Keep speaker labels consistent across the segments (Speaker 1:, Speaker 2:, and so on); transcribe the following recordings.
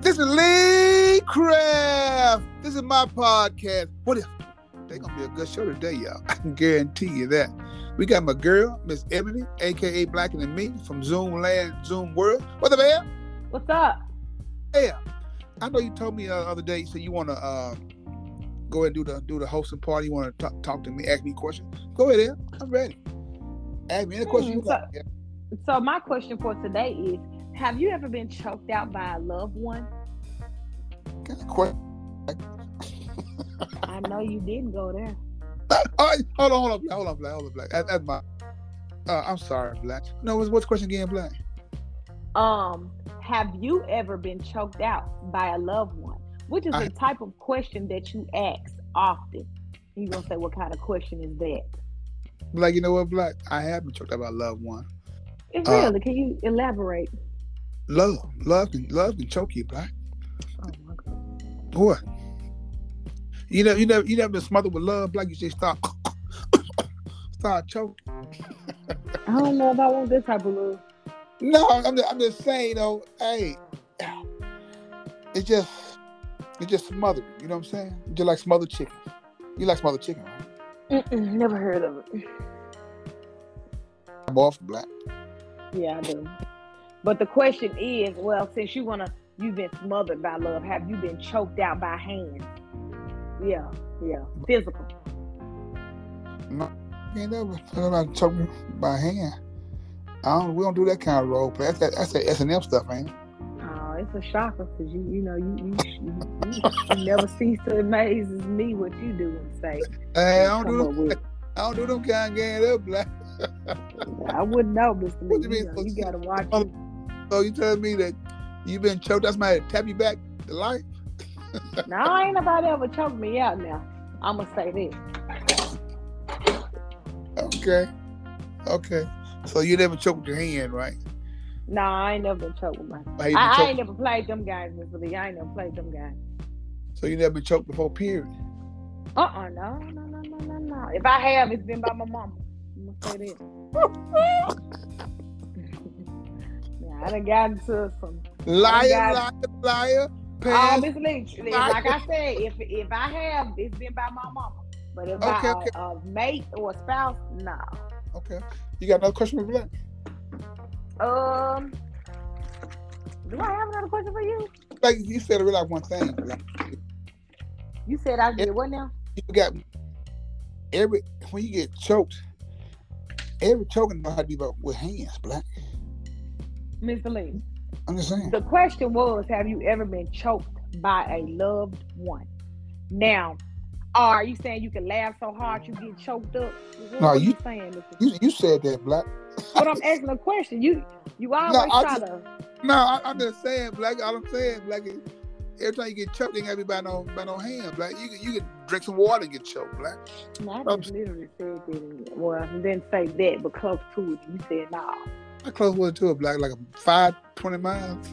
Speaker 1: This is Lee Craft. This is my podcast. What if they gonna be a good show today, y'all? I can guarantee you that. We got my girl, Miss Ebony, aka Blacken and Me from Zoom Land, Zoom World. What the man?
Speaker 2: What's up?
Speaker 1: Yeah. I know you told me uh, the other day, so you wanna uh, go ahead and do the do the hosting party. You wanna talk, talk to me, ask me questions. Go ahead, Em. I'm ready. Ask me any question you
Speaker 2: Hmm,
Speaker 1: got. Em.
Speaker 2: So my question for today is: Have you ever been choked out by a loved one?
Speaker 1: Got a question?
Speaker 2: I know you didn't go there.
Speaker 1: Ah, All right, hold on, hold on, Black, hold on, Black, hold on, Black. That- that's my. Uh, I'm sorry, Black. No, what's what's the question again, Black?
Speaker 2: Um, have you ever been choked out by a loved one? Which is
Speaker 1: I-
Speaker 2: the type of question that you ask often. You gonna say, what kind of question is that?
Speaker 1: Black, you know what, Black? I have been choked up by loved one.
Speaker 2: It's
Speaker 1: Uh,
Speaker 2: really. Can you elaborate?
Speaker 1: Love, love can love can choke you, Black.
Speaker 2: Oh my God.
Speaker 1: Boy, you know, you never, you never been smothered with love, Black. You just start, start choking.
Speaker 2: I don't know if I want this type of love.
Speaker 1: No, I'm just, I'm just saying though. Hey, it's just, it's just smothering. You know what I'm saying? Just like smothered chicken. You like smothered chicken, right?
Speaker 2: Mm-mm, never heard of it.
Speaker 1: I'm off, Black.
Speaker 2: Yeah, I do. But the question is, well, since you wanna, you've been smothered by love. Have you been choked out by hands? Yeah, yeah, physical.
Speaker 1: No, ain't never nobody choke me by hand. I don't. We don't do that kind of role play. That's that, that's that S and M stuff, man.
Speaker 2: Oh, it's a shocker because you, you know, you you, you, you, you never cease to amaze me what you do and say.
Speaker 1: Hey, I
Speaker 2: and
Speaker 1: don't do
Speaker 2: come
Speaker 1: them,
Speaker 2: up with.
Speaker 1: I don't do them kind of game. They're black.
Speaker 2: I wouldn't know, Mister Lee.
Speaker 1: What you
Speaker 2: You,
Speaker 1: mean,
Speaker 2: know,
Speaker 1: so
Speaker 2: you
Speaker 1: you-
Speaker 2: gotta watch.
Speaker 1: Oh,
Speaker 2: it.
Speaker 1: So you telling me that you been choked? That's my tap you back to life.
Speaker 2: No, ain't nobody ever choked me out. Now I'm gonna say this.
Speaker 1: Okay, okay. So you never choked with your hand, right?
Speaker 2: No, I ain't never been choked with my.
Speaker 1: Like, you been
Speaker 2: I, I
Speaker 1: choked-
Speaker 2: ain't never played them guys, Mister Lee. I ain't never played them guys.
Speaker 1: so you never been choked before, period.
Speaker 2: Uh uh no, no, no, no, no, no. If I have, it's been by my mama. I'm gonna say that. yeah, I done gotten to some.
Speaker 1: Liar, liar,
Speaker 2: got-
Speaker 1: liar.
Speaker 2: Oh,
Speaker 1: Pass.
Speaker 2: Miss Leach, like I said, if if I have, it's been by my mama. But if
Speaker 1: Okay,
Speaker 2: I
Speaker 1: okay.
Speaker 2: A, a mate or a spouse, no.
Speaker 1: okay. You got another question for black?
Speaker 2: Um, do I have another question for you?
Speaker 1: Like you said, I realized one thing. Black.
Speaker 2: You said I did what now?
Speaker 1: you got every when you get choked, every choking know how to be about with hands, black.
Speaker 2: Mr. Lee,
Speaker 1: I'm just saying.
Speaker 2: the question was, have you ever been choked by a loved one? Now, are you saying you can laugh so hard you get choked up? What
Speaker 1: No,
Speaker 2: are
Speaker 1: you-
Speaker 2: saying? Mr.
Speaker 1: You, you said that, black.
Speaker 2: But I'm asking a question. You you always
Speaker 1: I
Speaker 2: try
Speaker 1: just-
Speaker 2: to.
Speaker 1: No, I, I'm just saying, black. All I'm saying, black. is Every time you get choked, they gotta be by no by no hand, black. You can you can drink some water and get choked, black.
Speaker 2: No, I
Speaker 1: I'm
Speaker 2: just literally said that. in- Well, I didn't say that, but close to it. You said no.
Speaker 1: I close was to it, black, like a five twenty miles.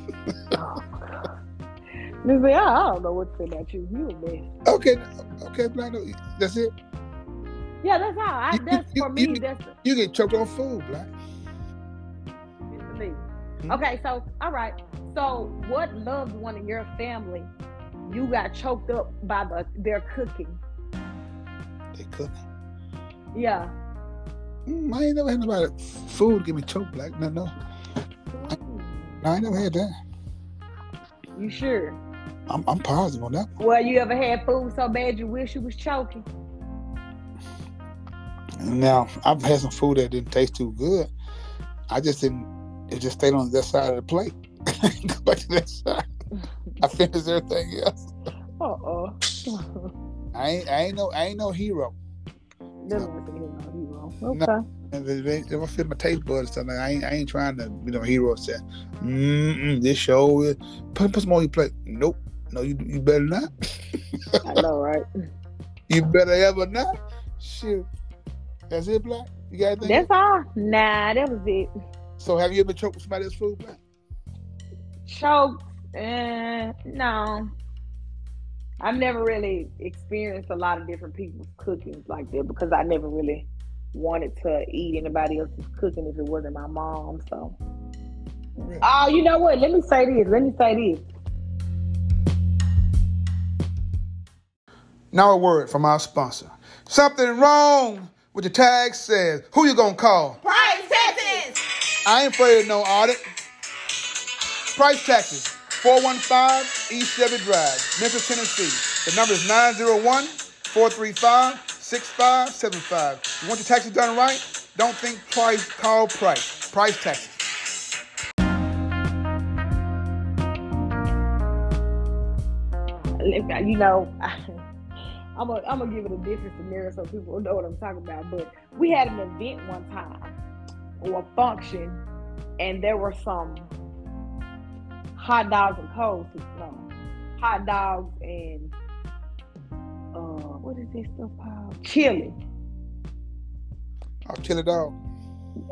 Speaker 2: Miss Lee, I I don't know what to say about you. You a mess.
Speaker 1: Okay, okay, black. No, that's it.
Speaker 2: Yeah, that's all. I,
Speaker 1: You-
Speaker 2: that's
Speaker 1: you-
Speaker 2: for
Speaker 1: you-
Speaker 2: me. That's
Speaker 1: You get choked on food, black.
Speaker 2: Miss Lee.
Speaker 1: Hmm?
Speaker 2: Okay, so all right. So, what loved one in your family you got choked up by the their cooking?
Speaker 1: They cook.
Speaker 2: Yeah.
Speaker 1: Mm, I ain't never had nobody food give me choked, black. No, no,
Speaker 2: Hmm.
Speaker 1: no. I ain't never had that.
Speaker 2: You sure?
Speaker 1: I'm I'm positive on that.
Speaker 2: Well, you ever had food so bad you wish you was choking?
Speaker 1: Now I've had some food that didn't taste too good. I just didn't. It just stayed on that side of the plate. Go back to that side. I finished everything else.
Speaker 2: Uh oh.
Speaker 1: I ain't. I ain't no. I ain't no hero.
Speaker 2: Okay.
Speaker 1: If it ain't- if I fit my taste buds or something, I ain't. I ain't trying to be no hero. Say, mm this show is put, put some on your plate. Nope. No, you you better not.
Speaker 2: I know, right?
Speaker 1: You better ever not. Shoot. That's it, Black. You got anything?
Speaker 2: That's all. Nah, that was it.
Speaker 1: so have you ever choked with somebody else's food, Black?
Speaker 2: Choked. Uh, no. I've never really experienced a lot of different people's cookings like that because I never really wanted to eat anybody else's cooking if it wasn't my mom. So, oh, you know what? Let me say this. Let me say this.
Speaker 1: Now a word from our sponsor. Something wrong with the tag says, who you gonna call?
Speaker 3: Price Texas.
Speaker 1: I ain't afraid of no audit. Price taxes, 415 East Chevy Drive, Memphis, Tennessee. The number is 901-435-6575. You want your taxes done right? Don't think twice, call Price. Price taxes.
Speaker 2: You know, I'm gonna I'm gonna give it a different scenario so people know what I'm talking about. But we had an event one time or a function, and there were some hot dogs and cold soup. No, hot dogs and uh, what is this stuff called? Chili.
Speaker 1: I'll kill a dog.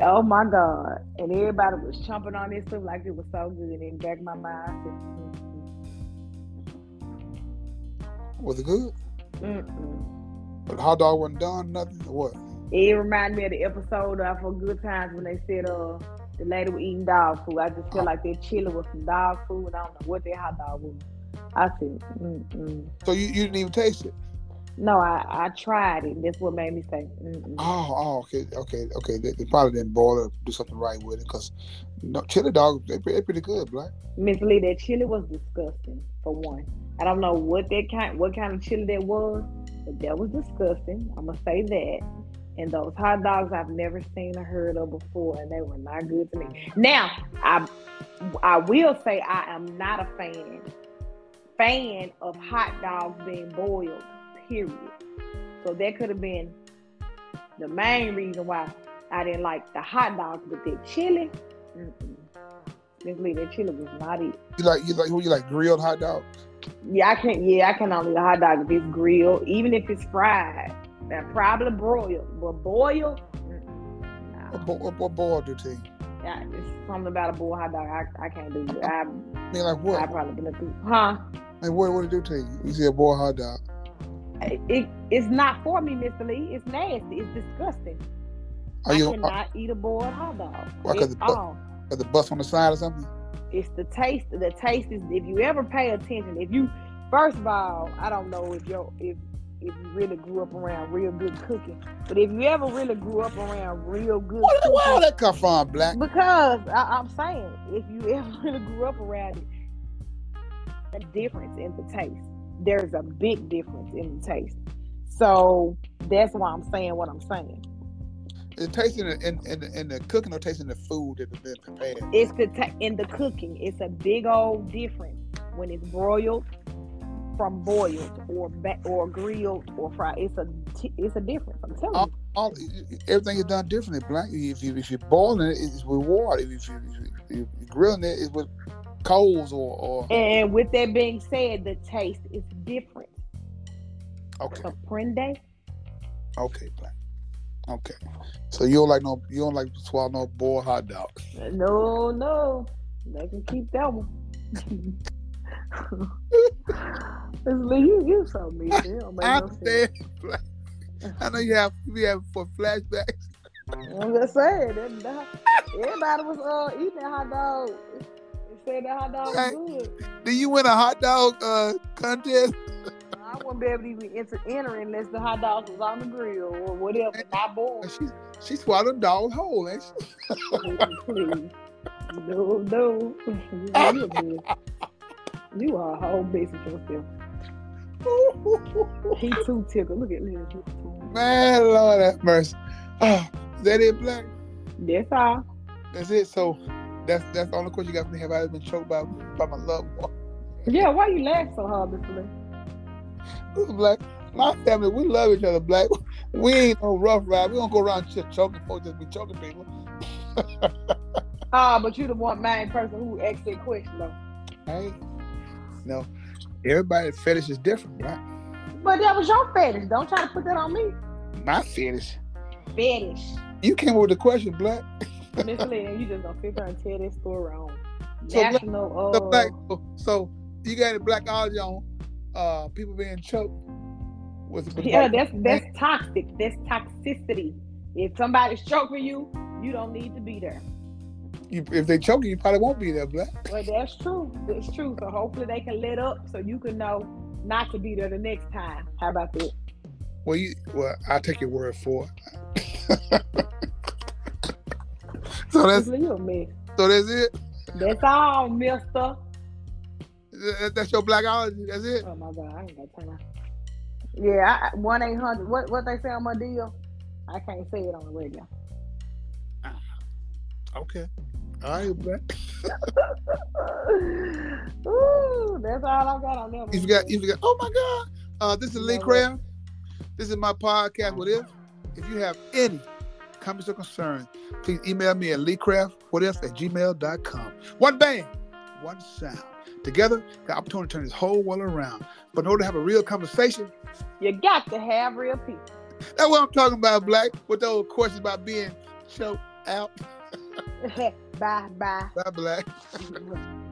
Speaker 2: Oh my god! And everybody was chomping on this stuff like it was so good. And in the back of my mind,
Speaker 1: Was it good?
Speaker 2: I said, Mm-mm.
Speaker 1: But the hot dog wasn't done, nothing, or what?
Speaker 2: It reminded me of the episode of For Good Times when they said uh the lady was eating dog food. I just feel like they're chilling with some dog food and I don't know what their hot dog was. I said, mm-mm.
Speaker 1: So you, you didn't even taste it?
Speaker 2: No, I, I tried it. That's what made me say, mm-mm.
Speaker 1: Oh, oh, okay, okay, okay. They, they probably didn't boil it or do something right with it because no, chili dog, they, pre- they pretty good, Black.
Speaker 2: Miss Lee, that chili was disgusting for one. I don't know what that kind what kind of chili that was, but that was disgusting. I'm gonna say that. And those hot dogs I've never seen or heard of before, and they were not good to me. Now, I I will say I am not a fan fan of hot dogs being boiled. Period. So that could have been the main reason why I didn't like the hot dogs, but that chili. Mm-mm. Miss Lee, that chili was not it.
Speaker 1: You like you like who you like grilled hot dog?
Speaker 2: Yeah, I can. Yeah, I can only eat a hot dog if it's grilled, even if it's fried. And probably broiled, but boiled. mm,
Speaker 1: What,
Speaker 2: nah.
Speaker 1: bo- what, what boiled do to you?
Speaker 2: Yeah, it's something about a boiled hot dog. I, I can't do that. I,
Speaker 1: I mean, like
Speaker 2: I
Speaker 1: what?
Speaker 2: probably been a through. Huh?
Speaker 1: Like what? What it do to you? You see a boiled hot dog?
Speaker 2: It, it's not for me, Mister Lee. It's nasty. It's disgusting.
Speaker 1: Are
Speaker 2: I
Speaker 1: you
Speaker 2: cannot eat a boiled hot dog.
Speaker 1: Why, 'cause
Speaker 2: It's
Speaker 1: the bu-
Speaker 2: all.
Speaker 1: uh, the bus on the side or something?
Speaker 2: It's the taste. The taste is if you ever pay attention. If you first of all, I don't know if you if if you really grew up around real good cooking, but if you ever really grew up around real good
Speaker 1: Where,
Speaker 2: cooking,
Speaker 1: where all that come from, Black?
Speaker 2: because I, I'm saying if you ever really grew up around it, a difference in the taste. There's a big difference in the taste. So that's why I'm saying what I'm saying.
Speaker 1: Is it tasting in, in, in, the- in the cooking or tasting the food that's been prepared?
Speaker 2: It's the ta- in the cooking. It's a big old difference when it's broiled from boiled or ba- or grilled or fried. It's a t- it's a difference. I'm telling
Speaker 1: All,
Speaker 2: you.
Speaker 1: all, everything is done differently, Black. If you if you're boiling it, it's with water. If you if you, if you you're grilling it, it's with coals or, or
Speaker 2: And with that being said, the taste is different.
Speaker 1: okay,
Speaker 2: Comprende?
Speaker 1: okay, Black. Okay, so you don't like no you don't like to swallow no boiled hot dog.
Speaker 2: No, no. They can keep that one. It's like, you, you so mean. It don't make
Speaker 1: I
Speaker 2: no sense.
Speaker 1: understand, Black. I know you have you have for flashbacks.
Speaker 2: I'm just saying. That, that, everybody was uh, eating that hot dog. They said that hot dog
Speaker 1: Right.
Speaker 2: was good.
Speaker 1: Did you win a hot dog uh, contest?
Speaker 2: I wouldn't be able to even enter, enter unless the hot dogs was on the grill or whatever. Not bored.
Speaker 1: She she swallowed a dog whole, ain't she?
Speaker 2: Please. No, no. You a bitch. You are a whole bitch with yourself. He too tickled. Look at him. He too-
Speaker 1: Man, Lord have mercy. Oh, is that it, Black?
Speaker 2: That's all.
Speaker 1: That's it. So that's that's the only question you got for me. Have I ever been choked by by my loved one?
Speaker 2: Yeah, why you laugh so hard, Mr. Lee?
Speaker 1: Look, Black, my family, we love each other, Black. We ain't no rough ride. We don't go around just choking folks, just be choking people.
Speaker 2: Ah, but you the one main person who asked that question though.
Speaker 1: Hey. No. Everybody's fetish is different, right?
Speaker 2: But that was your fetish. Don't try to put that on me.
Speaker 1: My fetish.
Speaker 2: Fetish.
Speaker 1: You came up with the question, Black.
Speaker 2: Miss Lee, and you just gonna sit there and tell that story on
Speaker 1: So, Black-
Speaker 2: national
Speaker 1: So,
Speaker 2: uh,
Speaker 1: black, so you got it black eye on uh people being choked with with
Speaker 2: Yeah,
Speaker 1: white-
Speaker 2: that's that's toxic. That's toxicity. If somebody's choking you, you don't need to be there.
Speaker 1: you, if they choke you, you probably won't be there, black.
Speaker 2: Well, that's true. That's true. So hopefully they can let up so you can know not to be there the next time. How about that?
Speaker 1: Well, you well, I'll take your word for it. so that's
Speaker 2: you a mess.
Speaker 1: so that's it.
Speaker 2: That's all, mister.
Speaker 1: That- That's your blackology. That's it.
Speaker 2: Oh my god, I ain't got time. Yeah, one eight hundred. What what they say on my deal? I can't say it on the radio.
Speaker 1: Okay. All right, black.
Speaker 2: Ooh, that's all I got on that.
Speaker 1: If you got, if you got, oh my God. Uh, this is Lee Craft. This is my podcast. What if? If you have any comments or concerns, please email me at leecraft, what if, at gmail.com. One band, one sound. Together, the opportunity to turn this whole world around. But in order to have a real conversation,
Speaker 2: you got to have real people.
Speaker 1: that's what I'm talking about, Black, with those questions about being choked out
Speaker 2: bye bye.
Speaker 1: by Black.